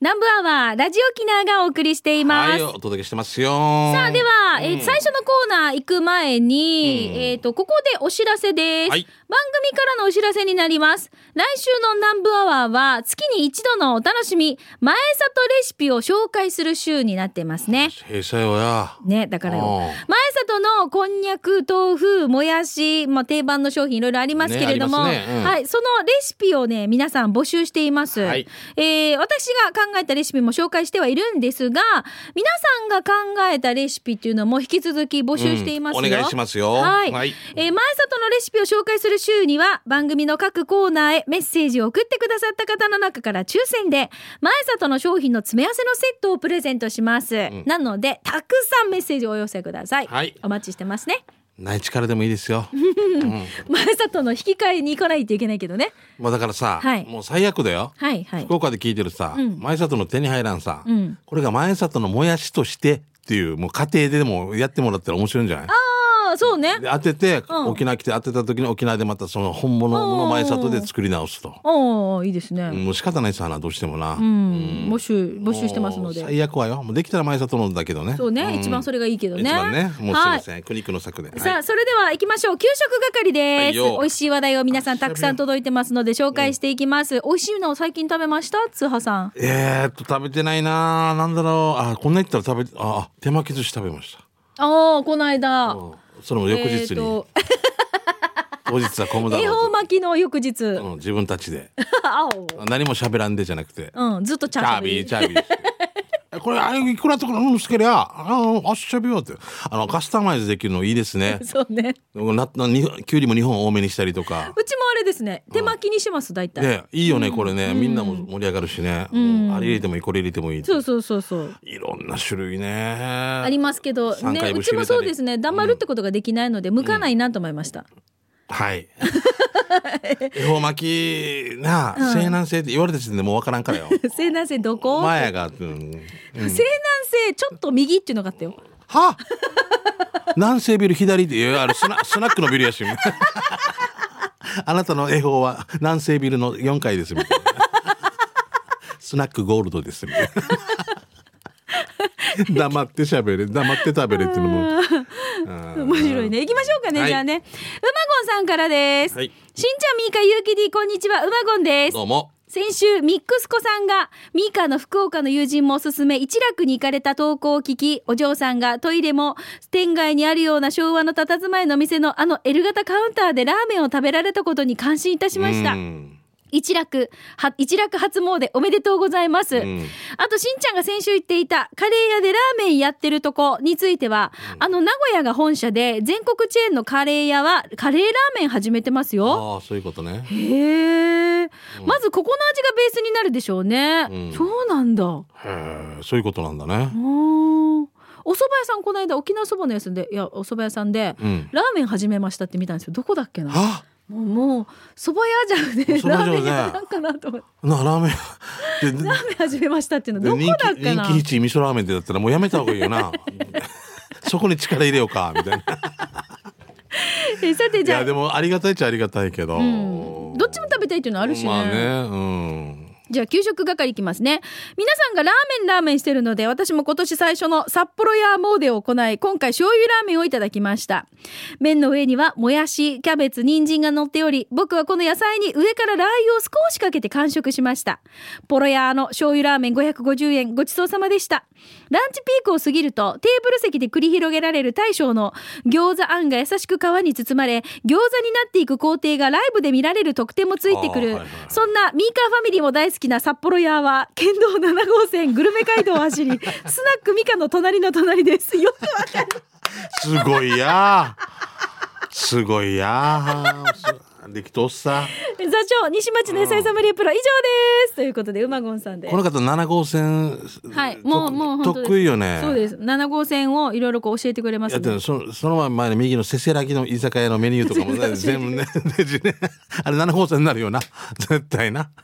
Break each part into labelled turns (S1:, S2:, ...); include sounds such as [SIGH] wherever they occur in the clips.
S1: 南部アワーラジオキナーがお送りしています、
S2: はい、お届けしてますよ。
S1: さあでは、えー
S2: うん
S1: 最初のコーナー行く前に、
S2: うん
S1: えっ、とここでお知らせです、
S2: はい
S1: 番組からのお知らせになります来週の南部アワーは月に一度のお楽しみ前里レシピを紹介する週になってますね
S2: 平成よや。
S1: ねだから
S2: うん
S1: よ前里のこんにゃく豆腐もやし、まあ、定番の商品いろいろありますけれども、
S2: ねありますねうん
S1: はい、そのレシピをね皆さん募集しています、
S2: はい
S1: えー私が考えたレシピも紹介してはいるんですが皆さんが考えたレシピっていうのも引き続き募集していますよ、
S2: うんお願いしますよ。
S1: はい、
S2: はい。
S1: えー前里のレシピを紹介する週には番組の各コーナーへメッセージを送ってくださった方の中から抽選で前里の商品の詰め合わせのセットをプレゼントします、
S2: ん
S1: なのでたくさんメッセージをお寄せください、
S2: はい
S1: お待ちしてますね
S2: 内地からでもいいですよ。うん
S1: 前里の引き換えに行かないといけないけどね
S2: まあだからさ
S1: はい、
S2: もう最悪だよ。
S1: はいはい
S2: 福岡で聞いてるさ、
S1: ん
S2: 前里の手に入らんさ
S1: うん、
S2: これが前里のもやしとしてっていう、もう家庭でもやってもらったら面白いんじゃない
S1: ああそうね
S2: で当てて、
S1: うん
S2: 沖縄来て当てた時に沖縄でまたその本物の前里で作り直すと。
S1: おーいいですね、
S2: もう仕方ないさなどうしてもな、
S1: うん募集募集してますの
S2: もう
S1: で
S2: 最悪はよもうできたら前里のだけどね
S1: そうね、
S2: ん
S1: 一番それがいいけどね
S2: 一番ねもうすいま
S1: はい
S2: せん、苦肉の策で
S1: さ
S2: は
S1: あ
S2: い
S1: それでは行きましょう給食係で
S2: はい
S1: す、
S2: よ
S1: 美味しい話題を皆さんたくさん届いてますので紹介していきます、美味しいのを最近食べましたつはさん
S2: えー、っと食べてないななんだろうあこんな言ったら食べあ手巻き寿司食べました
S1: ああこの間
S2: うんそれも翌日に、 [LAUGHS] 当日は小ムだ
S1: 恵方
S2: ろ
S1: 巻きの翌日、
S2: うと、うん、自分たちで
S1: 青
S2: 何も喋らんでじゃなく [LAUGHS] て
S1: うんずっとチャ
S2: チ
S1: ー
S2: ャー
S1: ビ
S2: ビ
S1: ー
S2: ーチャービー [LAUGHS] してえこれあれいくらとかうんつけりゃあのあっしゃびよってあのカスタマイズできるのいいです [LAUGHS] ね
S1: そうね
S2: ななにきゅうりも2本多めにしたりとか [LAUGHS]
S1: うちもあれですね手巻きにします大体、
S2: ね、いいよね、これね、みんなも盛り上がるしね、あれ入れてもいいこれ入れてもいいって
S1: そうそうそうそう
S2: いろんな種類ね
S1: あ
S2: あ
S1: りますけど
S2: 三
S1: ね
S2: 回
S1: う
S2: 節
S1: ちも
S2: 入れたり
S1: そうですね黙るってことができないので向かないなと思いました、
S2: はい恵方巻きなあ西南西って言われた時点でもう分からんからよ
S1: [LAUGHS] 西南西どこ、
S2: 前が、うん、
S1: 西南西ちょっと右っていうのがあったよ
S2: は南西ビル左っていやあれスナ [LAUGHS] スナックのビルやしあなたの恵方は南西ビルの4階ですみたいな [LAUGHS] スナックゴールドですみたい [LAUGHS] な黙って喋れ黙って食べれっていうのもうん
S1: 面白いね行きましょうかね、
S2: はい
S1: じゃあねうまごんさんからです、
S2: はい
S1: しんちゃんみーかゆうきりこんにちはうまごんです
S2: どうも
S1: 先週ミックス子さんがミーカの福岡の友人もおすすめ一楽に行かれた投稿を聞きお嬢さんがトイレも店外にあるような昭和の佇まいの店のあの L 型カウンターでラーメンを食べられたことに感心いたしました
S2: うん
S1: 一楽は一楽初詣おめでとうございます、
S2: ん
S1: あとしんちゃんが先週言っていたカレー屋でラーメンやってるとこについては、あの名古屋が本社で全国チェーンのカレー屋はカレーラーメン始めてますよ
S2: ああそういうことね
S1: へえ、まずここの味がベースになるでしょうね、
S2: うん
S1: そうなんだう
S2: へえそういうことなんだね
S1: ーんお蕎麦屋さんこの間沖縄そばのやつでいやお蕎麦屋さんで、
S2: うん
S1: ラーメン始めましたって見たんですよどこだっけなも
S2: は
S1: うもう蕎麦屋じゃね
S2: 麦
S1: ラーメ
S2: 屋
S1: ン
S2: じゃね
S1: 屋なんかなと思って
S2: なラーメンで
S1: ラーメン始めましたっていうの [LAUGHS]
S2: で
S1: はどこ
S2: 人
S1: だっけ
S2: 気人
S1: な
S2: 気一位味噌ラーメンってだったらもうやめた方がいいよな [LAUGHS] そこに力入れようかみたいな
S1: えさて [LAUGHS]
S2: い
S1: じゃあ
S2: やでもありがたいっちゃありがたいけど、
S1: うんどっちも食べたいっていうのあるしね,、
S2: まあね
S1: じゃあ給食係いきますね皆さんがラーメンラーメンしてるので私も今年最初の札幌ヤーモーデを行い今回醤油ラーメンをいただきました麺の上にはもやしキャベツ人参が乗っており僕はこの野菜に上からラー油を少しかけて完食しましたポロヤーの醤油ラーメン550円ごちそうさまでしたランチピークを過ぎるとテーブル席で繰り広げられる大将の餃子あんが優しく皮に包まれ餃子になっていく工程がライブで見られる特典もついてくる、
S2: あーはいはい
S1: そんなミーカーファミリーも大好きな札幌ヤーは県道7号線グルメ街道を [LAUGHS] 走りスナックミカの隣の隣ですよくわかる
S2: うんすごいやすごいやすできとっさ
S1: 座長西町の野菜サムリープロ以上ですということでうまごんさんで
S2: この方7号線
S1: はい
S2: と
S1: もうもう本当です
S2: 得意よね
S1: そうです7号線をいろいろこう教えてくれま
S2: や
S1: す
S2: って
S1: ね
S2: るそのその前の右のせせらぎの居酒屋のメニューとか
S1: [LAUGHS]
S2: も、ね、全部ねレジね [LAUGHS] あれ7号線になるよな [LAUGHS] 絶対な [LAUGHS]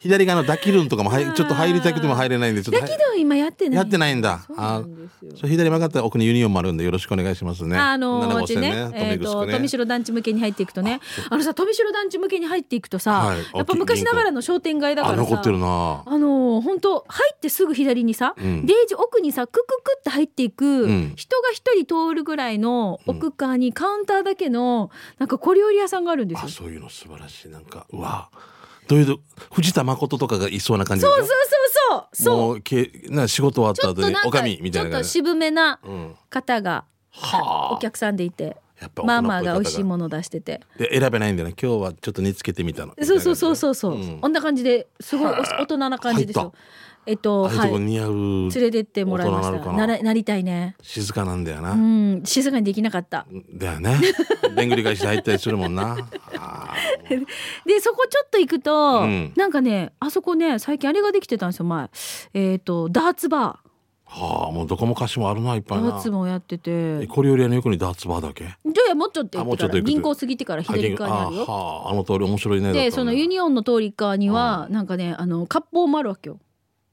S2: 左側のダキルンとかも入ちょっと入りたくても入れないんでちょっと
S1: だけど今やってない
S2: やって
S1: い
S2: ないんだ
S1: そうな
S2: あ
S1: んですよ
S2: そう左曲がったら奥にユニオンもあるんでよろしくお願いしますね
S1: あの
S2: 7号
S1: 私
S2: 線
S1: ね
S2: ね
S1: えっ、と
S2: 富城
S1: 富
S2: ね
S1: 城団地向けに入っていくとねあのさ富城団地向けに入っていくとさ、
S2: はい
S1: やっぱ昔ながらの商店街だか
S2: あ
S1: らさ
S2: 残ってるな
S1: あのの本当入ってすぐ左にさ、
S2: うん
S1: デージ奥にさクククって入っていく、
S2: うん
S1: 人が一人通るぐらいの奥側にカウンターだけのなんか小料理屋さんがあるんです
S2: あ
S1: よ。
S2: そういうの素晴らしいなんかうわどういうど藤田誠とかがいそうな感じでしょ
S1: そうそうそうそうそう
S2: もうけな仕事終わっ
S1: ち
S2: た
S1: ょっ
S2: 後
S1: と
S2: に
S1: なん
S2: お
S1: か
S2: か
S1: ち
S2: みみた
S1: ょっ
S2: いな
S1: と
S2: 感じ、
S1: 渋めな
S2: うん、
S1: 方が
S2: はあ
S1: お客さんでいて
S2: やっぱ
S1: ママ
S2: 大人っぽい方が
S1: が美味しいもの出してて
S2: で選べないんだよね今日はちょっと煮つけてみたの
S1: そうそうそうそうそう、
S2: ん
S1: あんな感じですごいおし大人な感じですよ
S2: 入っ
S1: えっと
S2: ああいう
S1: は
S2: と
S1: い
S2: こ
S1: 連
S2: 似合う、
S1: れてってもらいまし
S2: 大人なの
S1: た
S2: かな
S1: ならなりたいね
S2: 静かなんだよな、
S1: うん静かにできなかった
S2: だ
S1: [LAUGHS]
S2: よねでんぐり返し入ったりするもんなあー
S1: でそこちょっと行くと、
S2: うん
S1: なんかねあそこね最近あれができてたんですよ前えっ、とダーツバ
S2: はあもうどこもかしもあるないっ
S1: ー
S2: ぱ
S1: ダ
S2: い
S1: ー
S2: な
S1: ツもやっってて
S2: え
S1: じゃ
S2: 小料理屋の横にダーツバーだけ
S1: あもうちょっと行って
S2: あもうち
S1: か
S2: ょっと行
S1: ら
S2: くと
S1: 銀行過ぎてから左側にあるよ
S2: あはああの通り面白いねだったね
S1: でそのユニオンの通り側には、なんかねあの割烹もあるわけよ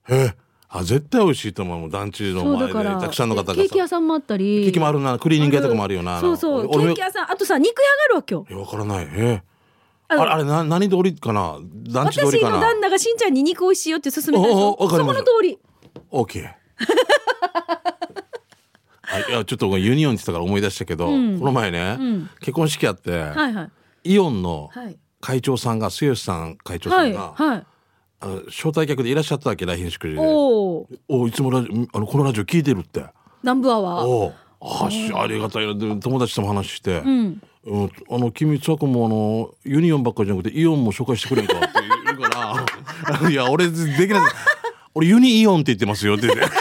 S2: えあ絶対美味しいと思うもう団地の
S1: そう
S2: 前
S1: だ
S2: で
S1: から
S2: たくさんの方がさ
S1: ケーキ屋さんもあったり
S2: ケーキもあるなクリーニング屋とかもあるよな
S1: そうそ
S2: あ
S1: う
S2: の
S1: ケ
S2: 俺
S1: ー
S2: も
S1: キ屋さんあとさ肉屋があるわけよ
S2: いやわからないえ
S1: あ
S2: あ
S1: の
S2: れあれな何通りかな団地通り
S1: 私
S2: か
S1: の
S2: な
S1: 旦那がしんちゃんに肉美味しいよって勧めたでし
S2: おう
S1: ょ
S2: おうわか
S1: そこ
S2: りま
S1: の
S2: し
S1: 通
S2: た
S1: り
S2: OK あいやちょっとユニオンって言ったから思い出したけど、
S1: うん
S2: この前ね、
S1: うん
S2: 結婚式あって、
S1: はいはい
S2: イオンの
S1: はい
S2: 会長さんが剛さん会長さ
S1: は
S2: ん
S1: い
S2: が、
S1: はい
S2: あの招待客でいらっしゃったわけ来賓祝辞で「
S1: おお
S2: おいつもラジオあのこのラジオ聞いてる」って
S1: 南部ア
S2: 「
S1: ワー
S2: おうあしありがたいな」で友達とも話して「
S1: うん
S2: うんあの君つわこもあのユニオンばっかりじゃなくてイオンも紹介してくれんか」って言うから [LAUGHS] 「いや俺できない俺ユニイオンって言ってますよ」って言って。 [LAUGHS]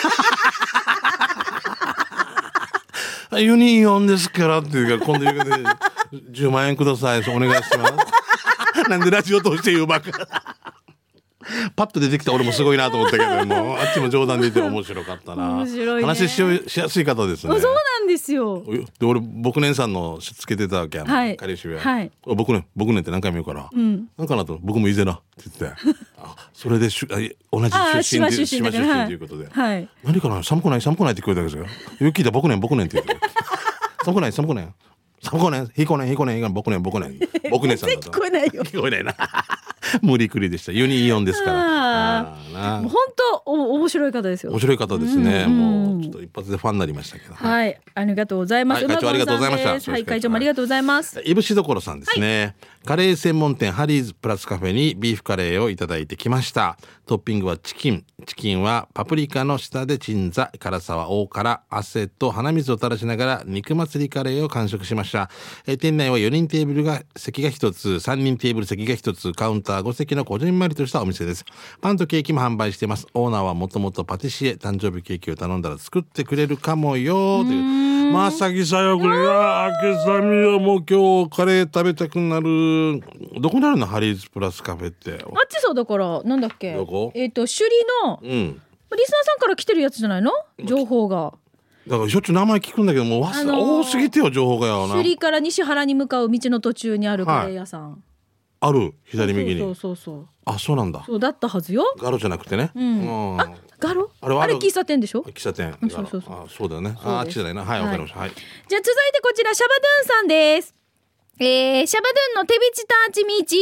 S2: ユニイオンですからっていうから今度言うけど10万円くださいお願いします [LAUGHS] なんでラジオ通して言うばっかパッと出てきた俺もすごいなと思ったけどもうあっちも冗談で言って面白かったな
S1: 面白いね
S2: 話しようしやすい方ですね
S1: あそうなんですよ
S2: えで俺僕年さんのつけてたわけやん、
S1: はい
S2: 彼氏は、
S1: はい
S2: あ僕ね僕ねって何回も言うから、
S1: ん
S2: なんかなと僕もいぜなって言ってあそれでしゅあい同じ
S1: ああ
S2: 出身
S1: 島
S2: で
S1: 出身だから
S2: 島
S1: は
S2: とい
S1: いう
S2: ことで、
S1: はい
S2: 何かな寒くない寒くないって聞こえたわけですよよく聞いたら僕ね僕ねって言って [LAUGHS] 寒くない寒くない寒くないひこねひこねひこね僕ね
S1: [LAUGHS]
S2: 僕ね僕ねさんだ
S1: 全
S2: と
S1: 然聞こえないよ
S2: 聞こえない [LAUGHS] な無理くりでしたユニイオンですから
S1: あ
S2: あーな
S1: もう本当お面白い方ですよ
S2: 面白い方ですね、
S1: うん
S2: もうちょっと一発でファンになりましたけど、
S1: はいありがとうございます
S2: はい会
S1: 馬
S2: 長
S1: 込さん
S2: ありがとうございました
S1: ですはい
S2: よろしくお願
S1: 会
S2: いします
S1: 長もありがとうございます
S2: いぶしどころさんですね、カレー専門店ハリーズプラスカフェにビーフカレーをいただいてきましたトッピングはチキンチキンはパプリカの下で鎮座辛さは大辛汗と鼻水を垂らしながら肉祭りカレーを完食しましたえー店内は4人テーブルが席が1つ3人テーブル席が1つカウンター5席のこじんまりとしたお店ですパンとケーキも販売していますオーナーはもともとパティシエ誕生日ケーキを頼んだら作ってくれるかもよというまさきさよこれがあけさみはもう今日カレー食べたくなるどこにあるのハリーズプラスカフェって
S1: あっちそうだからなんだっけ
S2: どこ
S1: えっ、と首里のリ
S2: うん
S1: スナーさんから来てるやつじゃないの情報が
S2: だからしょっちゅう名前聞くんだけどもうわす、
S1: あのー
S2: 多すぎてよ情報がよな
S1: 首里から西原に向かう道の途中にあるカレー屋さん、
S2: ある左右に
S1: そうそうそうそう
S2: あそうなんだ
S1: そうだったはずよ
S2: ガロじゃなくてね、うん
S1: あガロ
S2: あれは
S1: あ
S2: あ
S1: れ
S2: る
S1: 喫茶店でしょ
S2: 喫茶店
S1: うんそうそうそう
S2: あそうだよねああっちじゃないなはいわかりましたはい、
S1: じゃあ続いてこちらシャバドゥンさんです。えーシャバドゥンの手びちターチミーチ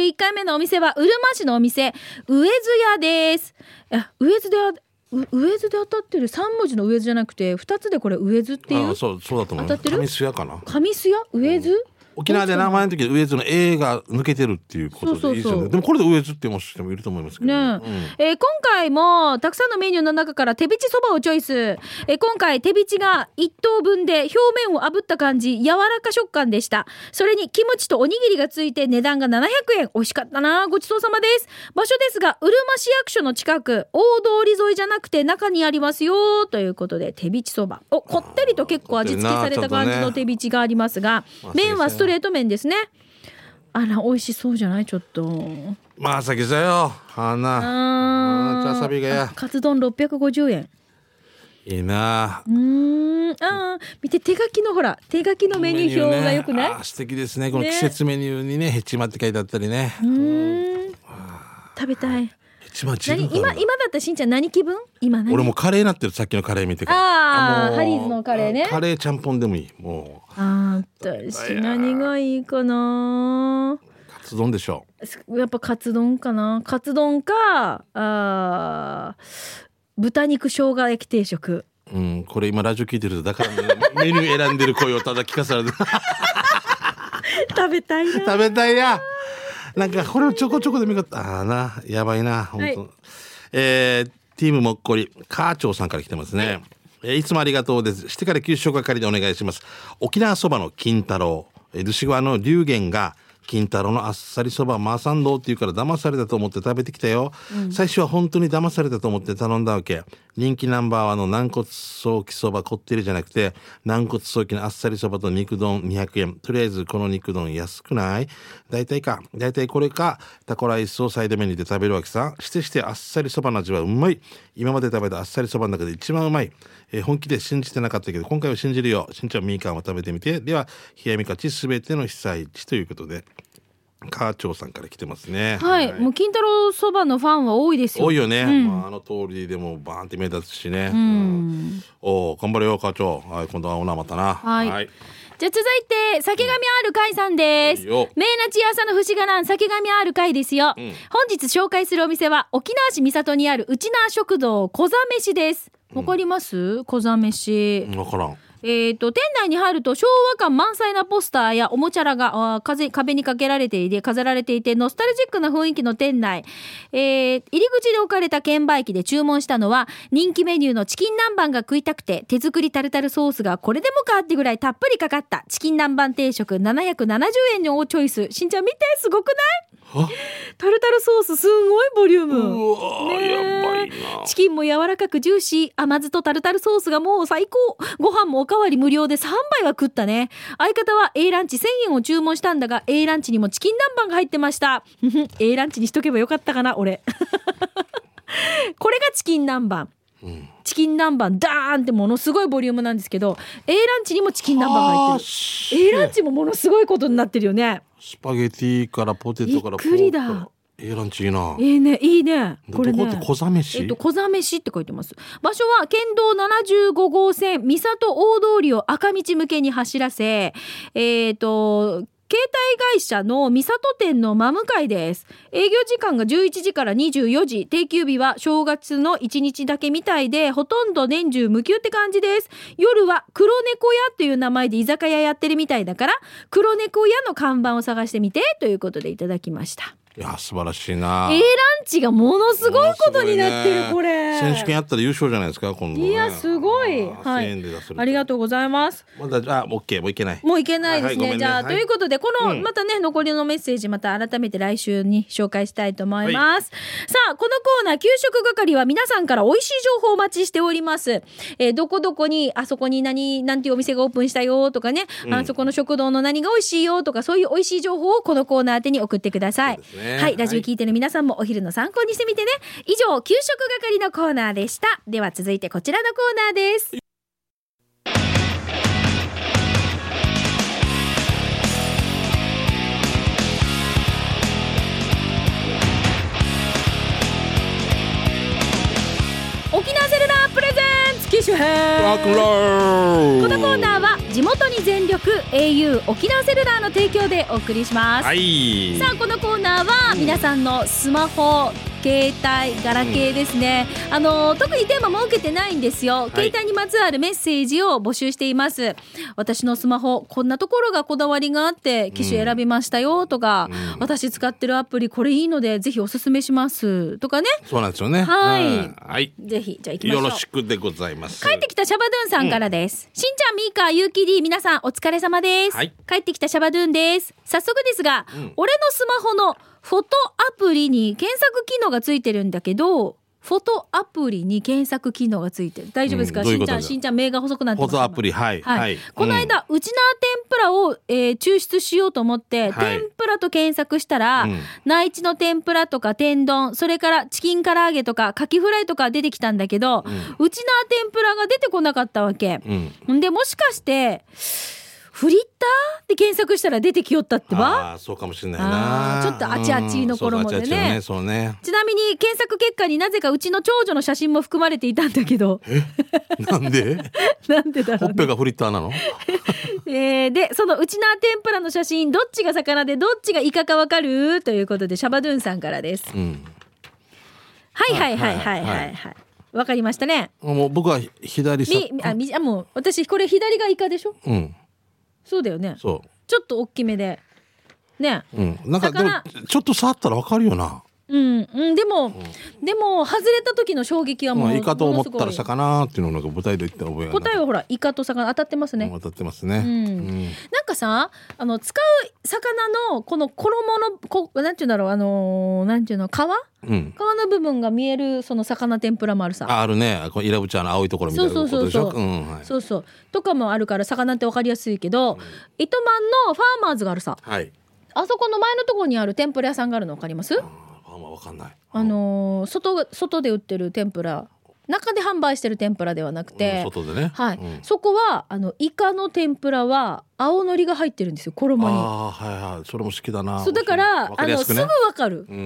S1: 31回目のお店はうるま市のお店上津屋です。あ上津であう上津で当たってる3文字の上津じゃなくて2つでこれ上津ってい
S2: あ
S1: う
S2: そうそうだと思う
S1: 当たってる
S2: 上須屋かな
S1: 上須屋上津
S2: 沖縄で名前の時上津の A が抜けてるっていうこと
S1: そうそうそう
S2: でいいですよねでもこれで上津っても人もいると思いますけど
S1: ねええー今回もたくさんのメニューの中から手びちそばをチョイス、えー今回手びちが1等分で表面を炙った感じ柔らか食感でしたそれにキムチとおにぎりがついて値段が700円美味しかったなごちそうさまです場所ですがうるま市役所の近く大通り沿いじゃなくて中にありますよということで手びちそばおこってりと結構味付けされた感じの手びちがありますが、
S2: まあ
S1: 麺はストレート麺ですねあら美味しそうじゃないちょっと。
S2: まあ先さよ花あー茶サビがや
S1: あカツ丼650円
S2: いいな
S1: うーんあー見て手書きのほら手書きのメニュー表がよくない、
S2: メニューねあー素敵ですねこの
S1: ね
S2: 季節メニューにねヘチマって書いてあったりね
S1: うーん食べたい
S2: ヘチマ自
S1: 何
S2: 分
S1: 今今だったらしんちゃん何気分今何
S2: 俺もうカレーになってるさっきのカレー見てか
S1: あ
S2: ら
S1: ー
S2: もう
S1: ハリーズのカレーね
S2: カレーちゃんぽんでもいいもう
S1: あー私何がいいかな
S2: カツ丼でしょ
S1: すやっぱカツ丼かなカツ丼かあー豚肉生姜焼き定食
S2: う。うん、これ今ラジオ聞いてると、だから、メニュー選んでる声をただ聞かされて。
S1: 食べたいな
S2: 食べたいや。なんかこれをちょこちょこで見かった。ああな、やばいな、本当。
S1: はい
S2: えー、ティームもっこり、カーチョウさんから来てますね。いえーいつもありがとうです。してから九州係でお願いします。沖縄そばの金太郎、えー、寿司川の龍玄が、金太郎のあっさりそばマーサンドっていうから騙されたと思って食べてきたよ、最初は本当に騙されたと思って頼んだわけ人気ナンバーワンの軟骨早期そばこってりじゃなくて軟骨早期のあっさりそばと肉丼200円とりあえずこの肉丼安くない大体か大体これかタコライスをサイドメニューで食べるわけさしてしてあっさりそばの味はうまい今まで食べたあっさりそばの中で一番うまい、えー本気で信じてなかったけど今回は信じるよしんちゃんみーかんを食べてみてでは冷やみかちすべての被災地ということでカーチョウさんから来てますね
S1: はい、もう金太郎そばのファンは多いですよ
S2: 多いよね、まあ、あの通りでもバーンって目立つしね、
S1: うん
S2: おお頑張れよ課長はい今度はオナまたな
S1: はい
S2: はい、
S1: じゃあ続いて酒神ある会さんです
S2: いいよ
S1: 明なち朝の節がなん酒神ある会ですよ、本日紹介するお店は沖縄市三郷にあるうちな食堂小座飯ですわかります、小座飯、
S2: 分からん
S1: えー、と店内に入ると昭和感満載なポスターやおもちゃらがあー風壁にかけられていて飾られていてノスタルジックな雰囲気の店内、えー入り口で置かれた券売機で注文したのは人気メニューのチキン南蛮が食いたくて手作りタルタルソースがこれでもかってぐらいたっぷりかかったチキン南蛮定食770円をチョイスしんちゃん見てすごくな
S2: はい
S1: タルタルソースすんごいボリューム
S2: うわー、
S1: ねえ
S2: やばいな
S1: チキンも柔らかくジューシー甘酢とタルタルソースがもう最高ご飯もおかわり無料で3杯は食ったね相方は A ランチ1000円を注文したんだが A ランチにもチキン南蛮が入ってました [LAUGHS] A ランチにしとけばよかったかな俺 [LAUGHS] これがチキン南蛮
S2: うん
S1: チキン南蛮ダーンってものすごいボリュームなんですけど A ランチにもチキン南蛮が入って
S2: あー
S1: る
S2: し
S1: A ランチもものすごいことになってるよね
S2: スパゲティからポテトから
S1: びっくりだ
S2: ポークからええランチいいな
S1: ええねいいねこれね
S2: どこって小ざ飯、
S1: えっと、小座飯って書いてます。場所は県道75号線、三郷大通りを赤道向けに走らせ、えっと、携帯会社の三郷店の真向かいです。営業時間が11時から24時。定休日は正月の1日だけみたいで、ほとんど年中無休って感じです。夜は黒猫屋という名前で居酒屋やってるみたいだから、黒猫屋の看板を探してみてということでいただきました。
S2: いや素晴らしいな
S1: A ランチがものすごいことになってる、
S2: す
S1: こ
S2: ごいね
S1: れ。
S2: 選手権やったら優勝じゃないですか今度、ね、
S1: いやすごい
S2: あー
S1: はい
S2: 1000円で出せる
S1: ありがとうございます。
S2: まだじゃあオッケーもういけない
S1: もういけないですね。
S2: はいはいごめんね
S1: じゃあ、
S2: はい
S1: ということで、この、
S2: うん
S1: またね、残りのメッセージ、また改めて来週に紹介したいと思います。さあ、このコーナー、給食係は皆さんから美味しい情報をお待ちしております。えーどこどこに、あそこに何、なんていうお店がオープンしたよとかね、あそこの食堂の何が美味しいよとか、そういう美味しい情報をこのコーナー宛てに送ってください。
S2: そうですね
S1: はい、ラジオ聞いてる皆さんもお昼の参考にしてみてね。以上、給食係のコーナーでした。では続いてこちらのコーナーです。沖縄セルラープレゼンツ機種編
S2: ロックンロール
S1: このコーナーは地元に全力 au 沖縄セルラーの提供でお送りします、
S2: はい
S1: さあこのコーナーは皆さんのスマホ携帯ガラケーですね、あの特にテーマ設けてないんですよ、携帯にまつわるメッセージを募集しています私のスマホこんなところがこだわりがあって機種選びましたよとか、
S2: うん
S1: 私使ってるアプリこれいいのでぜひおすすめしますとかね
S2: そうなんですよね
S1: はい
S2: うんはい
S1: ぜひじゃあ行きましょ
S2: よ
S1: う
S2: ろしくでございます
S1: 帰ってきたシャバドゥンさんからです。しんちゃん、みーか、ゆうきり、皆さんお疲れ様です、
S2: はい
S1: 帰ってきたシャバドゥンです。早速ですが、
S2: うん
S1: 俺のスマホのフォトアプリに検索機能がついてるんだけど、フォトアプリに検索機能がついてる。大丈夫ですか、
S2: うんどうい
S1: し
S2: うん
S1: ち
S2: こと
S1: ゃ
S2: だ
S1: ん、しんちゃん、目が細くなって
S2: フ
S1: ま
S2: ォ
S1: す。
S2: トアプリはい
S1: はいこの、間、うちな天ぷらを、えー抽出しようと思って、
S2: はい
S1: 天ぷらと検索したら、
S2: うん
S1: 内地の天ぷらとか天丼それからチキン唐揚げとかカキフライとか出てきたんだけど、うちな天ぷらが出てこなかったわけ
S2: う、んうん
S1: ん、でもしかしてフリッターって検索したら出てきよったってば
S2: あーそうかもしれないな
S1: あーちょっとあちあちの頃もでね
S2: うんそうそうあちあちのそうね
S1: ちなみに検索結果になぜかうちの長女の写真も含まれていたんだけど
S2: なんで
S1: [LAUGHS] なんでだ
S2: [LAUGHS] ほ
S1: ろうね
S2: っぺがフリッターなの
S1: えーでそのウチナー天ぷらの写真どっちが魚でどっちがイカかわかるということでシャバドゥンさんからです
S2: うん。
S1: はいは
S2: はいい
S1: はいはい
S2: はい
S1: は
S2: はい
S1: はいわかりましたね
S2: もう僕は左さ。
S1: みあみあもう私これ左がイカでしょ
S2: うん。
S1: そうだよね
S2: そ
S1: ちょっと大きめでね
S2: う。うん。なんかでも
S1: 魚
S2: ちょっと触ったらわかるよな。
S1: うん、うん、でも、でも外れた時の衝撃はも
S2: ま
S1: う
S2: あイカと思っ
S1: も
S2: た
S1: の
S2: ら
S1: すごい
S2: 魚っていうのをなんか舞台で言った覚えがない。
S1: 答えはほらイカと魚当たってますね、
S2: うん当たってますね。
S1: うんなんかさあの使う魚のこの衣のこなんていうんだろうあのーなんていうの皮皮
S2: うん。うん。
S1: の部分が見えるその魚天ぷらもあるさ
S2: ああるね。このイラブチャーの青いところみたいなことでし
S1: そ
S2: ょ。
S1: うそうそうそう
S2: うんはい。
S1: そうそうとかもあるから魚ってわかりやすいけど、糸満のファーマーズがあるさ
S2: はい。
S1: あそこの前のところにある天ぷら屋さんがあるのわかります
S2: あんまわかんない。
S1: あのー外外で売ってる天ぷら中で販売してる天ぷらではなく
S2: う
S1: て
S2: ん、外でね。
S1: はい
S2: うん
S1: そこはあのイカの天ぷらは青のりが入ってるんですよ衣に。
S2: ああはいはい。それも好きだな。
S1: そうだから
S2: わ
S1: あ
S2: りや
S1: の
S2: す
S1: す
S2: く
S1: ぐ
S2: ね
S1: わかる。
S2: うんうんう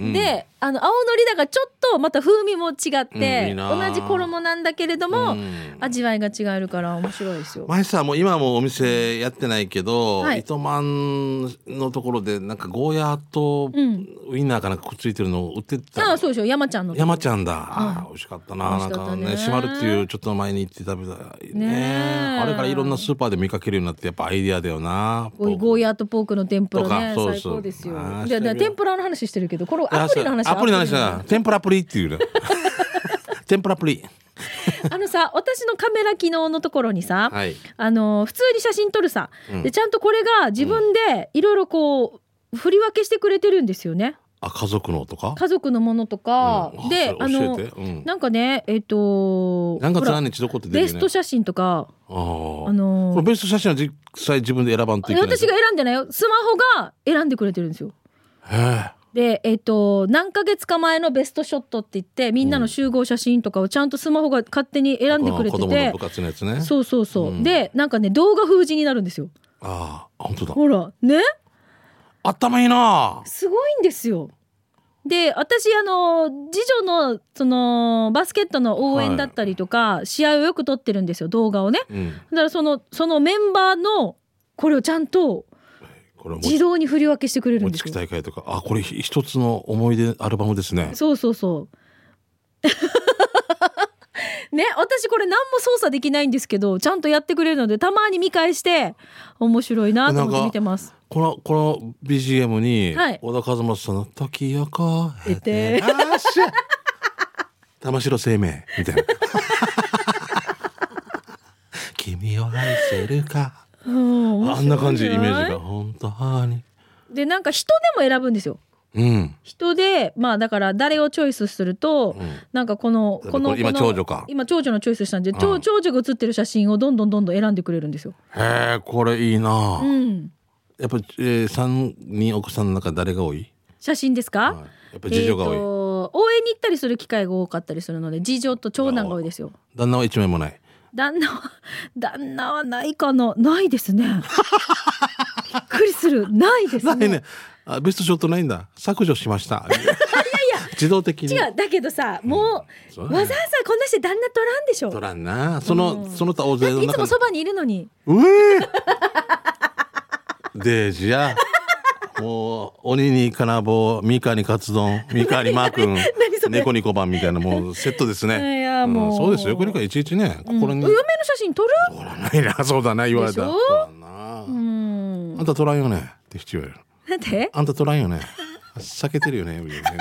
S2: んうん。
S1: であの青のりだがちょっとまた風味も違っ
S2: うんい
S1: て、
S2: いな
S1: 同じ衣なんだけれど
S2: う
S1: も、
S2: ん
S1: 味わいが違うから面白いですよ。
S2: 前さもう今はもうお店やってないけど、
S1: はい
S2: 糸満のところでなんかゴーヤーと
S1: うん
S2: ウインナーかなんかくっついてるのを売ってた、
S1: ああそうでしょ山ちゃんの。
S2: 山ちゃんだ、あー美味しかったな
S1: 美味しかったね
S2: なんかね閉まるっていうちょっと前に行って食べたいね
S1: ねえ
S2: あれからいろんなスーパーで見かけるようになってやっぱアイディアだよな
S1: ゴーゴーヤーとポークの天ぷらね
S2: とかそう
S1: 最
S2: そう
S1: 高ですよ。
S2: あー
S1: じゃあ
S2: してみよう
S1: 天ぷらの話してるけどこれアプリの話
S2: アプリの話
S1: ア
S2: だ天ぷらアプリっていう
S1: [LAUGHS]
S2: ね天ぷらアプリ
S1: プリのあのさ私のカメラ機能のところにさ、
S2: はい
S1: あの普通に写真撮るさ、
S2: うん
S1: でちゃんとこれが自分でいろいろこう振り分けしてくれてるんですよね
S2: あ家族のとか
S1: 家族のものとか、
S2: うん
S1: で
S2: そ
S1: あ
S2: れ
S1: の
S2: 教えて、うん、
S1: なんかねえっ、と
S2: 何月
S1: ほら
S2: 何日どこって出
S1: ベ
S2: るよ
S1: ス
S2: ね
S1: ト写真とか、
S2: あー
S1: あの
S2: これベスト写真は実際自分で選ばんといけない
S1: 私が選んでないよスマホが選んでくれてるんですよ
S2: へ
S1: でえっ、と何ヶ月か前のベストショットって言ってみんなの集合写真とかをちゃんとスマホが勝手に
S2: え
S1: 選んでくれ
S2: 子
S1: て
S2: 供の
S1: て
S2: 部活のやつね
S1: そうそうそう、
S2: うん
S1: でなんかね動画封じになるんですよ
S2: ああ本当だ
S1: ほらね
S2: あったまいいな
S1: すごいんですよ。で私あの次女のそのバスケットの応援だったりとか、試合をよく撮ってるんですよ動画をね。
S2: うん
S1: だからそのそのメンバーのこれをちゃんと
S2: これも
S1: 自動に振り分けしてくれるん
S2: 持
S1: で
S2: ち
S1: す
S2: き
S1: よ。
S2: 大会とかあこれひ一つの思い出アルバムですね
S1: そうそう
S2: [LAUGHS]
S1: そう。ね私これ何も操作できないんですけどちゃんとやってくれるのでたまに見返して面白いなと思って見てます。
S2: このこの BGM に
S1: はい
S2: 小田和正さんの「時よこ
S1: えて
S2: あーしゃ玉城生命」み
S1: [LAUGHS]
S2: たいな「君を愛せるか」
S1: うん面白い
S2: あんな感じイ
S1: じ
S2: メ
S1: ゃない
S2: ージが本当に
S1: でなんか人でも選ぶんですよ。
S2: うん、
S1: 人でまあだから誰をチョイスすると、
S2: うん
S1: なんかこの
S2: だか
S1: こ
S2: ら
S1: の
S2: これ今
S1: この
S2: 長女か
S1: 今長女のチョイスしたんで、
S2: う
S1: 長
S2: ん
S1: 長女が写ってる写真をどんどんどんどん選んでくれるんですよ。
S2: へえこれいいな、
S1: うん、
S2: やっぱ、えー、3人奥さんの中誰が多い、
S1: 写真です
S2: は
S1: か、
S2: い、やっぱ次女が多い、
S1: えーと応援に行ったりする機会が多かったりするので次女と長男が多いですよ。
S2: 旦那は一枚もない
S1: 旦那は旦那はないかなないです
S2: [LAUGHS]
S1: ね。びっくりするないです
S2: ない
S1: ね。
S2: ねあベストショットないんだ削除しました
S1: [LAUGHS]
S2: いやいや自動的に
S1: 違うだけどさもう、
S2: そう
S1: わざわざこんなして旦那取らんでしょ。
S2: 取
S1: だ
S2: らんなその、
S1: うん
S2: その他大勢
S1: っ
S2: の
S1: ていつも
S2: 中の
S1: そばにいるのに。
S2: うえデージやもう鬼に金棒ミカにカツ丼ミカにマー君
S1: [LAUGHS] 何それ
S2: 猫ニコ版みたいなもうセットです
S1: [LAUGHS]
S2: ね
S1: いやもう
S2: そうですよこれからいちいちね
S1: うんお
S2: 心に、
S1: 嫁
S2: [LAUGHS]
S1: の写真撮る？
S2: 取らないなそうだな言われた
S1: でしょ
S2: 取らんな、
S1: うん
S2: あ。んた取らんよねって父親言われる
S1: なんで？
S2: あんた取らんよね。避けてるよね。みたいなね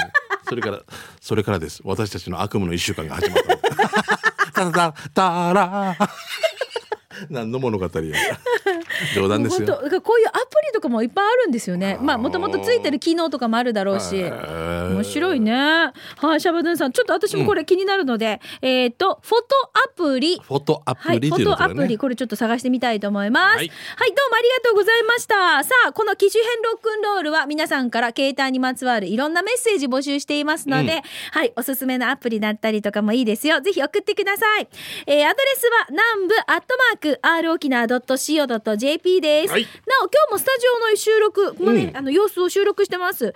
S2: それから、それからです。私たちの悪夢の一週間が始まった。たたたたら。何の物語や。冗談です
S1: 本当
S2: よ。
S1: だからこういうアプリとかもいっぱいあるんですよね。まあもともとついてる機能とかもあるだろうし。面
S2: 面
S1: 白いね。はい、シャバドゥンさん、ちょっと私もこれ気になるので、えっ、と、フォトアプリ。
S2: フォトア
S1: は
S2: プ
S1: い、フ
S2: リとい
S1: ォ
S2: うの
S1: ト
S2: が
S1: ア
S2: ね
S1: プリ、これちょっと探してみたいと思います。は
S2: はいい、
S1: どうもありがとうございました。さあ、この機種変ロックンロールは皆さんから携帯にまつわるいろんなメッセージ募集していますので、はい、おすすめのアプリだったりとかもいいですよ。ぜひ送ってください。えーアドレスは南部アットマーク r 沖縄 .co.jp です。
S2: はい
S1: なお、今日もスタジオの収録もね、
S2: うん
S1: あの様子を収録してます。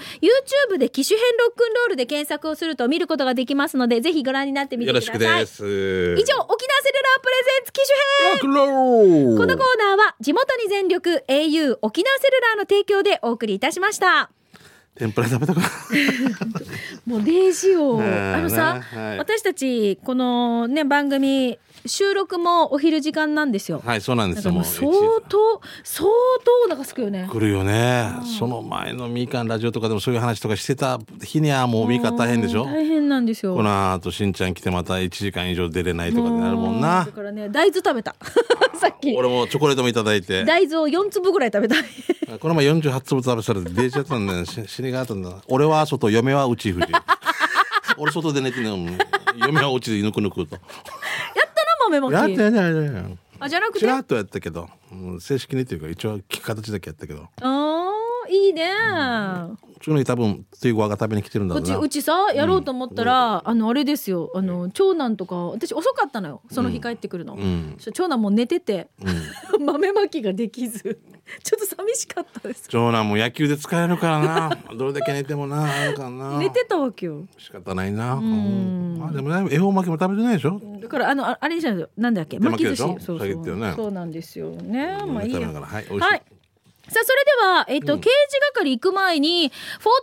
S1: YouTube で機種変ロロックンロールで検索をすると見ることができますので、ぜひご覧になってみてくだ
S2: よろ
S1: さ
S2: し
S1: い。
S2: くです。
S1: 以上、沖縄セルラープレゼンツ機種編
S2: ロックンロール
S1: このコーナーは地元に全力 au 沖縄セルラーの提供でお送りいたしました
S2: 天ぷら食べたかな
S1: もうデイジオ
S2: ねえ
S1: あのさ、
S2: ねはい
S1: 私たちこのね番組収録もお昼時間なんですよ、
S2: はい、そうなんで
S1: だ
S2: す
S1: か
S2: よ。
S1: らも
S2: も
S1: う相
S2: う
S1: 当相当お腹すくよね
S2: 来るよね、その前のみかんラジオとかでもそういう話とかしてた日にはもうみかん大変でしょ
S1: うん大変なんですよ
S2: この後しんちゃん来てまた1時間以上出れないとかになるもんな
S1: だからね大豆食
S2: [LAUGHS]
S1: べたさっき
S2: 俺もチョコレートもいただいて
S1: 大豆を4粒ぐらい食べた
S2: [LAUGHS] この前48粒食べされて出ちゃったんだよし死にがあったんだ俺は外嫁はう
S1: [LAUGHS]
S2: ちふじ俺外で寝てんの嫁はうちでぬくぬくと
S1: 豆ま
S2: やっ
S1: き
S2: てやんじゃない
S1: あじゃなく
S2: ち
S1: て
S2: ら
S1: あ
S2: っとやったけど、うん正式にというか一応聞く形だけやったけど
S1: あーいいね、
S2: 次の日多分ついごわが食べに来てるんだ
S1: こっ
S2: ろう
S1: ち
S2: な
S1: うちさやろうと思ったら、あのあれですよあの長男とか私遅かったのよその日帰ってくるの、
S2: ん
S1: そしたら長男もう寝てて、 [LAUGHS] 豆まきができずちょっと寂しかったです
S2: 長男も野球で使えるからなどれだけ寝てもなあるからな
S1: [LAUGHS] 寝てたわけよ
S2: 仕方ないな、うんまあでもね恵方巻きも食べてないでしょ
S1: だからあのああれじゃないですよなんだっけ
S2: 手
S1: 巻き
S2: 巻き
S1: 寿
S2: で
S1: 司
S2: し
S1: そうそ
S2: ょ
S1: う
S2: さっき言ったよね
S1: そうなんですよねまあいい
S2: 食べ
S1: や
S2: ながらはい美味しい、
S1: はい。さあそれでは、えっと刑事係行く前にフォー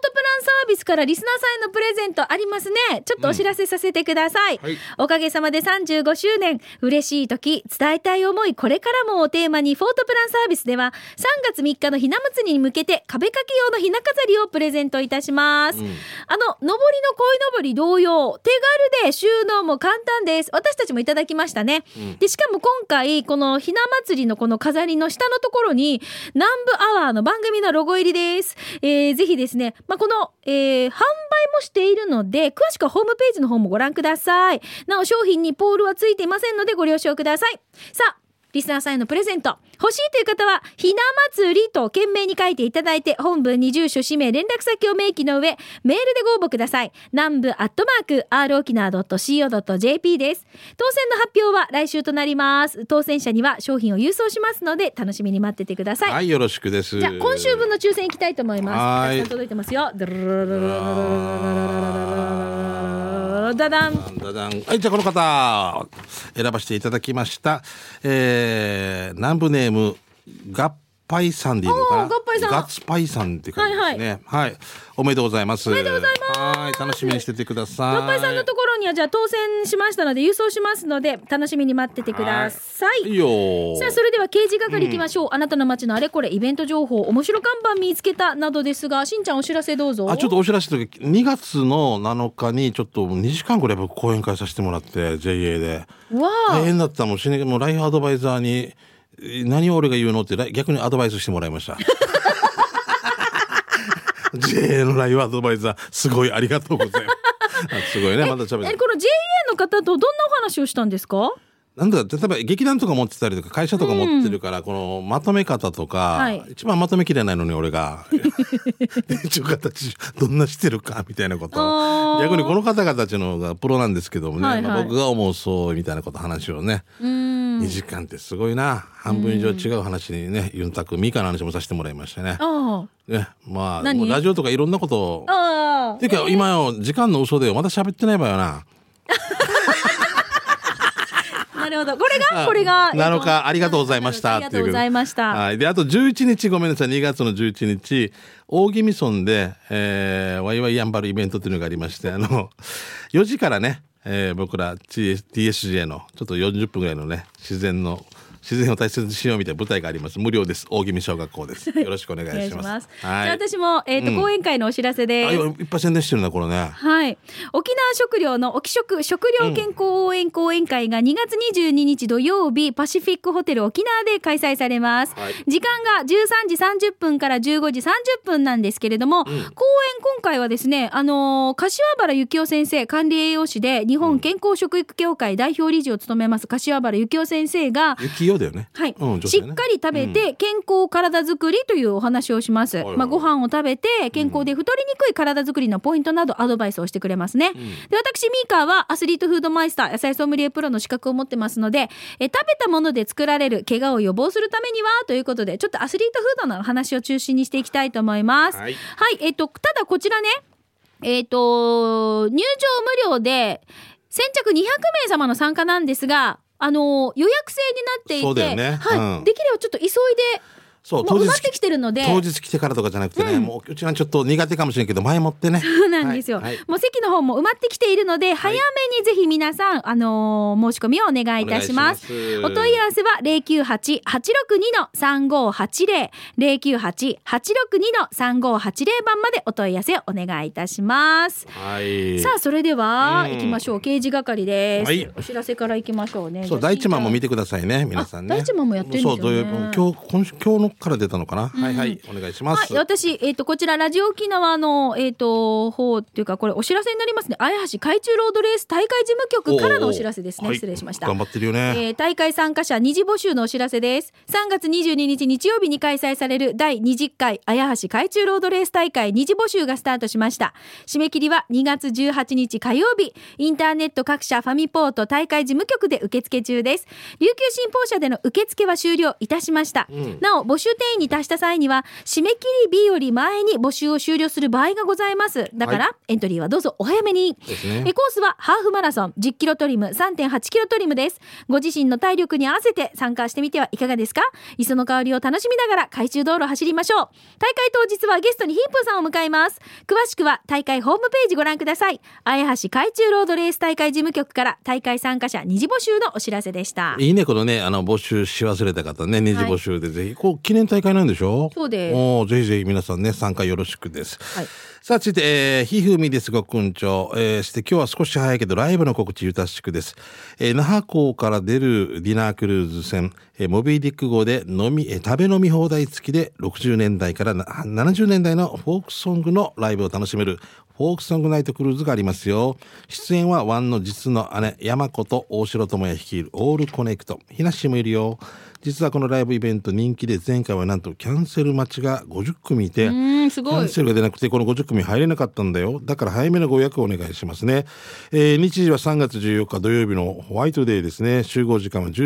S1: トプランサービスからリスナーさんへのプレゼントありますねちょっとお知らせさせてください、
S2: はい
S1: おかげさまで35周年嬉しい時伝えたい思いこれからもをテーマにフォートプランサービスでは3月3日のひな祭りに向けて壁掛け用のひな飾りをプレゼントいたします、あの上りの鯉のぼり同様手軽で収納も簡単です私たちもいただきましたね、でしかも今回このひな祭りのこの飾りの下のところに南部アワーの番組のロゴ入りです、えーぜひですね、まあ、この、えー販売もしているので詳しくはホームページの方もご覧くださいなお商品にポールはついていませんのでご了承くださいさあリスナーさんへのプレゼント欲しいという方はひな祭りと懸命に書いていただいて本文に住所氏名連絡先を明記の上メールでご応募ください南部アットマーク r 沖縄 .co.jp です当選の発表は来週となります当選者には商品を郵送しますので楽しみに待っててください、
S2: はい、よろしくです。
S1: じゃあ今週分の抽選いきたいと思いま
S2: は
S1: す。たく
S2: ーい
S1: さん届いてますよ。ダダン。
S2: ダダンはい、じゃあこの方、選ばせていただきました。えー、南部ネーム、ガッパイさんでいいのか
S1: お
S2: な
S1: ーガッパイさん
S2: ガッツパイさんって感じですね。はい、おめでとうございます。おめでとうございます。はい、楽しみにしててください。
S1: パパイさんのところにはじゃあ当選しましたので郵送しますので楽しみに待っててください。
S2: はいいいよー
S1: さあそれでは刑事係いきましょう、あなたの街のあれこれイベント情報面白看板見つけたなどですがしんちゃんお知らせどうぞ
S2: あちょっとお知らせというか2月の7日にちょっと2時間ぐらい僕講演会させてもらって JA で
S1: わあ
S2: 大変だったもんしねもうライフアドバイザーにえ何を俺が言うのってら逆にアドバイスしてもらいました [LAUGHS] JA のライフアドバイザーすごいありがとうございますあすごいねまだ喋
S1: え
S2: る
S1: この JA の方とどんなお話をしたんですか
S2: なんだ例えば劇団とか持ってたりとか会社とか持ってるから、このまとめ方とか、
S1: はい
S2: 一番まとめきれないのに俺が [LAUGHS] 一応形どんなしてるかみたいなこと
S1: あー
S2: 逆にこの方々たちの方がプロなんですけどもね、
S1: はいはい
S2: まあ僕が思うそうみたいなこと話をね、
S1: うん
S2: 2時間ってすごいな半分以上違う話にね、ユンタクミカの話もさせてもらいましたね。
S1: あ
S2: ねまあ
S1: 何
S2: もうラジオとかいろんなことを
S1: あああ
S2: ていうか今よ時間の嘘でまだ喋ってないわよな。
S1: なるほどこれがこれが
S2: 7日ありがとうございました
S1: ありがとうございました
S2: はい、であと11日ごめんなさい2月の11日大宜味村で、えー、ワイワイやんばるイベントというのがありましてあの4時からね、えー僕ら TS TSJ のちょっと40分ぐらいのね自然の自然を大切にしようみたいな舞台があります無料です大宜味小学校ですよろしくお願い
S1: お願い
S2: し
S1: し
S2: ま
S1: ますす。
S2: はい
S1: じゃあ私も、えっ、と、講演会のお知らせ
S2: あ
S1: です。
S2: 今いっぱい宣伝してるなこれね
S1: はい、沖縄食料の沖食食料健康応援講演会が2月22日土曜日、パシフィックホテル沖縄で開催されます、
S2: はい
S1: 時間が13時30分から15時30分なんですけれども、講演今回はですねあのー柏原幸雄先生管理栄養士で日本健康食育協会代表理事を務めます柏原幸雄先生が、
S2: 雪よだよね
S1: はい、
S2: うん女
S1: し
S2: 性
S1: っ
S2: ね
S1: かり食べて健康体づくりというお話をします、
S2: いはい
S1: まあ、ご飯を食べて健康で太りにくい体づくりのポイントなどアドバイスをしてくれますね、で私ミーカーはアスリートフードマイスター野菜ソムリエプロの資格を持ってますのでえ食べたもので作られる怪我を予防するためにはということでちょっとアスリートフードの話を中心にしていきたいと思います
S2: はい
S1: はい、えっと、ただこちらね、えっ、と、入場無料で、先着200名様の参加なんですが、あの予約制にな
S2: そ
S1: っ
S2: う
S1: ていて、
S2: だよね
S1: はい
S2: うん
S1: できればちょっと急いで、
S2: そう
S1: も
S2: 当
S1: う埋
S2: 日
S1: まってきてるので、
S2: 当日来てからとかじゃなくてね、もううちはちょっと苦手かもしれんけど前もってね
S1: そうなんですよ、
S2: はいはい
S1: もう席の方も埋まってきているので、早めにぜひ皆さん、あのー申し込みをお願いいたします。
S2: お願いし
S1: お
S2: ます
S1: 問い合わせは零九八八六二の三五八零零九八八六二の三五八零番までお問い合わせをお願いいたします。
S2: はい
S1: さあそれでは
S2: うん
S1: 行きましょう刑事係です、
S2: はい
S1: お知らせから行きましょうね
S2: そう
S1: じゃあ
S2: 第一マンも見
S1: て
S2: てくださいね皆さんね
S1: 第一マンもやってるんですよね
S2: そう土曜日今日今週今日のから出たのかな、はいはいお願いしま
S1: は
S2: す、
S1: い、私、えっ、と、こちら、ラジオ沖縄の、えっ、と、方っていうか、これ、お知らせになりますね。綾橋海中ロードレース大会事務局からのお知らせですね。
S2: おーおー
S1: 失礼しました。
S2: はい頑張ってるよね、
S1: えー大会参加者二次募集のお知らせです3月22日日曜日に開催される第20回綾橋海中ロードレース大会二次募集がスタートしました締め切りは2月18日火曜日インターネット各社ファミポート大会事務局で受付中です琉球新報社での受付は終了いたしました、なお募集定員に達した際には締め切り日より前に募集を終了する場合がございますだから、
S2: は
S1: エントリーはどうぞお早めに
S2: ですね
S1: えコースはハーフマラソン10キロトリム3.8キロトリムですご自身の体力に合わせて参加してみてはいかがですか磯の香りを楽しみながら海中道路を走りましょう大会当日はゲストにヒンプーさんを迎えます詳しくは大会ホームページご覧ください綾橋海中ロードレース大会事務局から大会参加者二次募集のお知らせでした
S2: いいねこのねあの募集し忘れた方ね二次募集でぜひ、こう記念大会なんでしょ
S1: そうです
S2: おーぜひぜひ皆さんね参加よろしくです、
S1: はい
S2: さあ続いて、えー、ひふみですごくんちょ、えー、して今日は少し早いけどライブの告知ゆたしくです、えー、那覇港から出るディナークルーズ船、えー、モビーディック号で飲み、えー、食べ飲み放題付きで60年代からな70年代のフォークソングのライブを楽しめるフォークソングナイトクルーズがありますよ。出演はワンの実の姉、山子と大城智也率いるオールコネクト。ひなしもいるよ。実はこのライブイベント人気で前回はなんとキャンセル待ちが50組いて、
S1: うんす
S2: キ
S1: ご
S2: ャン
S1: い
S2: セルが出なくてこの50組入れなかったんだよだから早めのご予約をお願いしますね、えー日時は3月14日土曜日のホワイトデーですね集合時間は19時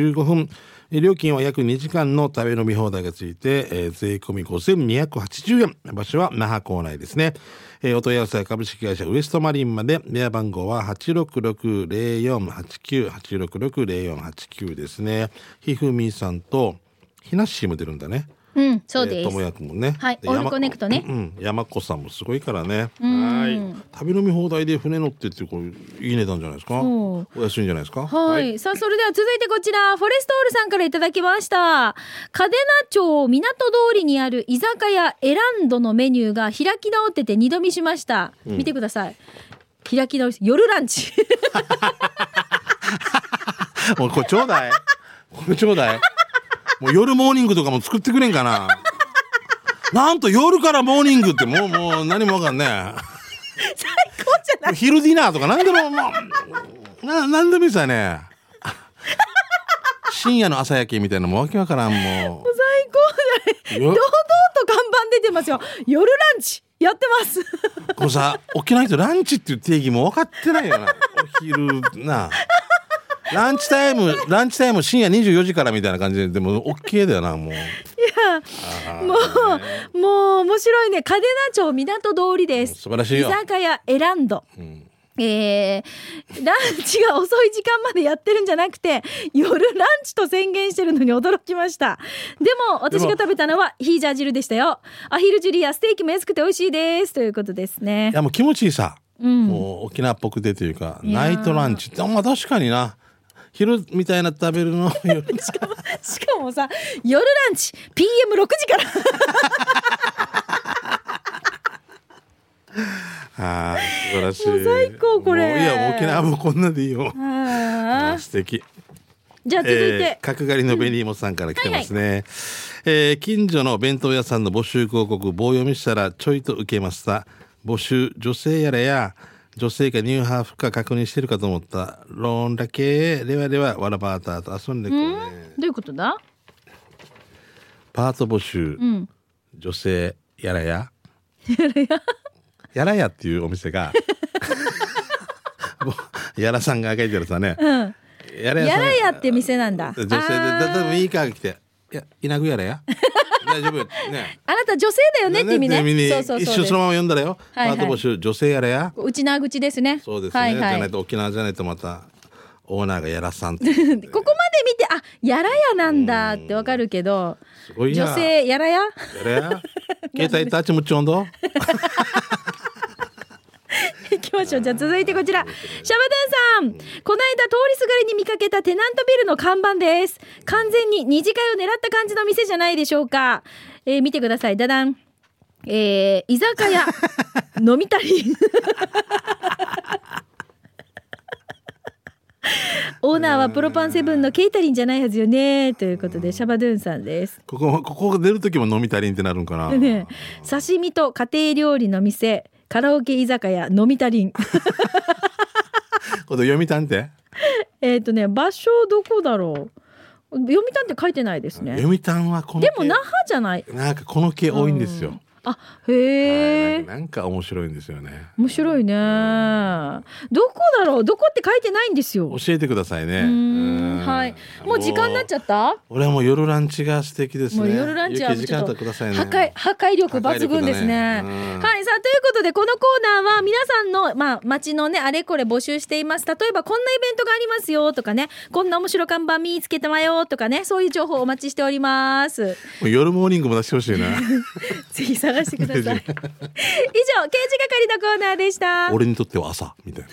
S2: 15分えー料金は約2時間の食べ飲み放題がついて、えー税込み5280円場所は那覇港内ですね、えーお問い合わせは株式会社ウエストマリンまで電話番号は8660489 8660489ですねひふみさんとひなっしーも出るんだね
S1: うんそう
S2: え
S1: で
S2: ー
S1: す
S2: ともやくんもね。
S1: はい
S2: で
S1: オールコネクトね
S2: 山うん、山子さんもすごいからね。はい。旅飲み放題で船乗ってってこれいい値段じゃないですか。
S1: そ
S2: お安いんじゃないですか。
S1: はい、さあそれでは続いてこちらフォレストオールさんからいただきました嘉手納町港通りにある居酒屋エランドのメニューが開き直ってて二度見しました、見てください開き直し夜ランチ [LAUGHS]
S2: もうこれちょうだい。これちょうだい。もう夜モーニングとかも作ってくれんかな。なんと夜からモーニングってもうもう何もわかんねえ。昼ディナーとか何でももうな何でもいいさね。深夜の朝焼けみたいなのもわけわからんも
S1: 最 [LAUGHS] 高じゃな
S2: よ
S1: い堂々と看板出てますよ夜ランチやってます
S2: う。これさ沖縄の人ランチっていう定義も分かってないよな。お昼な。ランチタイムランチタイム深夜24時からみたいな感じででも OK だよなもう。
S1: もうもう面白いね嘉手納町港通りです
S2: 素晴らしいよ
S1: 居酒屋エランド、えーランチが遅い時間までやってるんじゃなくて夜ランチと宣言してるのに驚きましたでも私が食べたのはヒージャー汁でしたよアヒルジュリアステーキも安くて美味しいですということですね
S2: いやもう気持ちいいさ、
S1: うん
S2: もう沖縄っぽくてというか
S1: や
S2: ナ
S1: ー
S2: イトランチってあまあ確かにな昼みたいな食べるの
S1: [LAUGHS]
S2: 夜
S1: しかもしかもさ夜ランチ PM6 時から
S2: あー素晴らしい
S1: もう最高これ
S2: もういやもう沖縄もこんなでいいよ
S1: あー
S2: 素敵
S1: じゃあ続い
S2: え
S1: て
S2: ー、、角刈りのベニーモさんから来てますね、えー近所の弁当屋さんの募集広告棒読みしたらちょいと受けました募集女性やらや女性かニューハーフか確認してるかと思ったローンだけレワレワワラバーターと遊んでこうね
S1: どういうことだ
S2: パート募集、
S1: ん
S2: 女性やらややらや [LAUGHS] やらやっていうお店
S1: [LAUGHS]
S2: が [LAUGHS] やらさんが書いてるさね、
S1: うん
S2: やら
S1: や
S2: さん
S1: らやって店なんだ
S2: 女性で、
S1: あー
S2: だ、だ、いいかが来て。いや、稲具やらや。 [LAUGHS] 大丈夫ね
S1: あなた女性だよねって意味ね。そうそう
S2: 一
S1: そう
S2: 緒
S1: です
S2: そのまま読んだらよ。
S1: はいはい
S2: パート募集女性やれや。
S1: うちなぐちですね。
S2: そうですね。
S1: はい
S2: じゃ
S1: は
S2: ない
S1: い。
S2: と沖縄じゃないとまたオーナーがやらさんって。
S1: ここまで見て、あ、やらやなんだってわかるけど、
S2: すごいな。
S1: 女性やらや [LAUGHS]
S2: やれや。携帯タッチもちょんど。
S1: 行きましょう。じゃあ続いてこちら。シャバドゥンさん。この間通りすがりに見かけたテナントビルの看板です。完全に二次会を狙った感じの店じゃないでしょうか。えー見てください。ダダン。えー居酒 [LAUGHS] 屋、飲みた [LAUGHS] り。オーナーはプロパンセブンのケイタリンじゃないはずよね。ということで、シャバドゥンさんです。
S2: ここここ出る時も飲みたりんってなるんかな。
S1: ねえ刺身と家庭料理の店カラオケ居酒屋飲みたりん
S2: これ読みたんて。
S1: [LAUGHS] えっとね場所どこだろう読みたんって書いてないですね
S2: 読みたんはこの系。
S1: でも那覇じゃない
S2: なんかこの系多いんですよ。
S1: あへえ、
S2: はいなんか面白いんですよね。
S1: 面白いねどこだろうどこって書いてないんですよ
S2: 教えてくださいね。
S1: うーんはいもう時間になっちゃった
S2: 俺はもう夜ランチが素敵ですね。
S1: もう夜ランチは
S2: ゆ
S1: もう
S2: き時
S1: ちょ
S2: 間
S1: っ
S2: と
S1: と
S2: く
S1: 破
S2: ださいね。
S1: 壊破壊力抜群ですね。
S2: 破壊力だねうん
S1: はいさあということでこのコーナーは皆さんのまあ街のねあれこれ募集しています。例えばこんなイベントがありますよとかねこんな面白看板見つけたわよとかねそういう情報お待ちしております。
S2: もう夜モーニングも出してほし
S1: [LAUGHS]
S2: いな。
S1: ぜひ探してく [LAUGHS] ださい。以上刑事係のコーナーでした。
S2: 俺にとっては朝みたいな。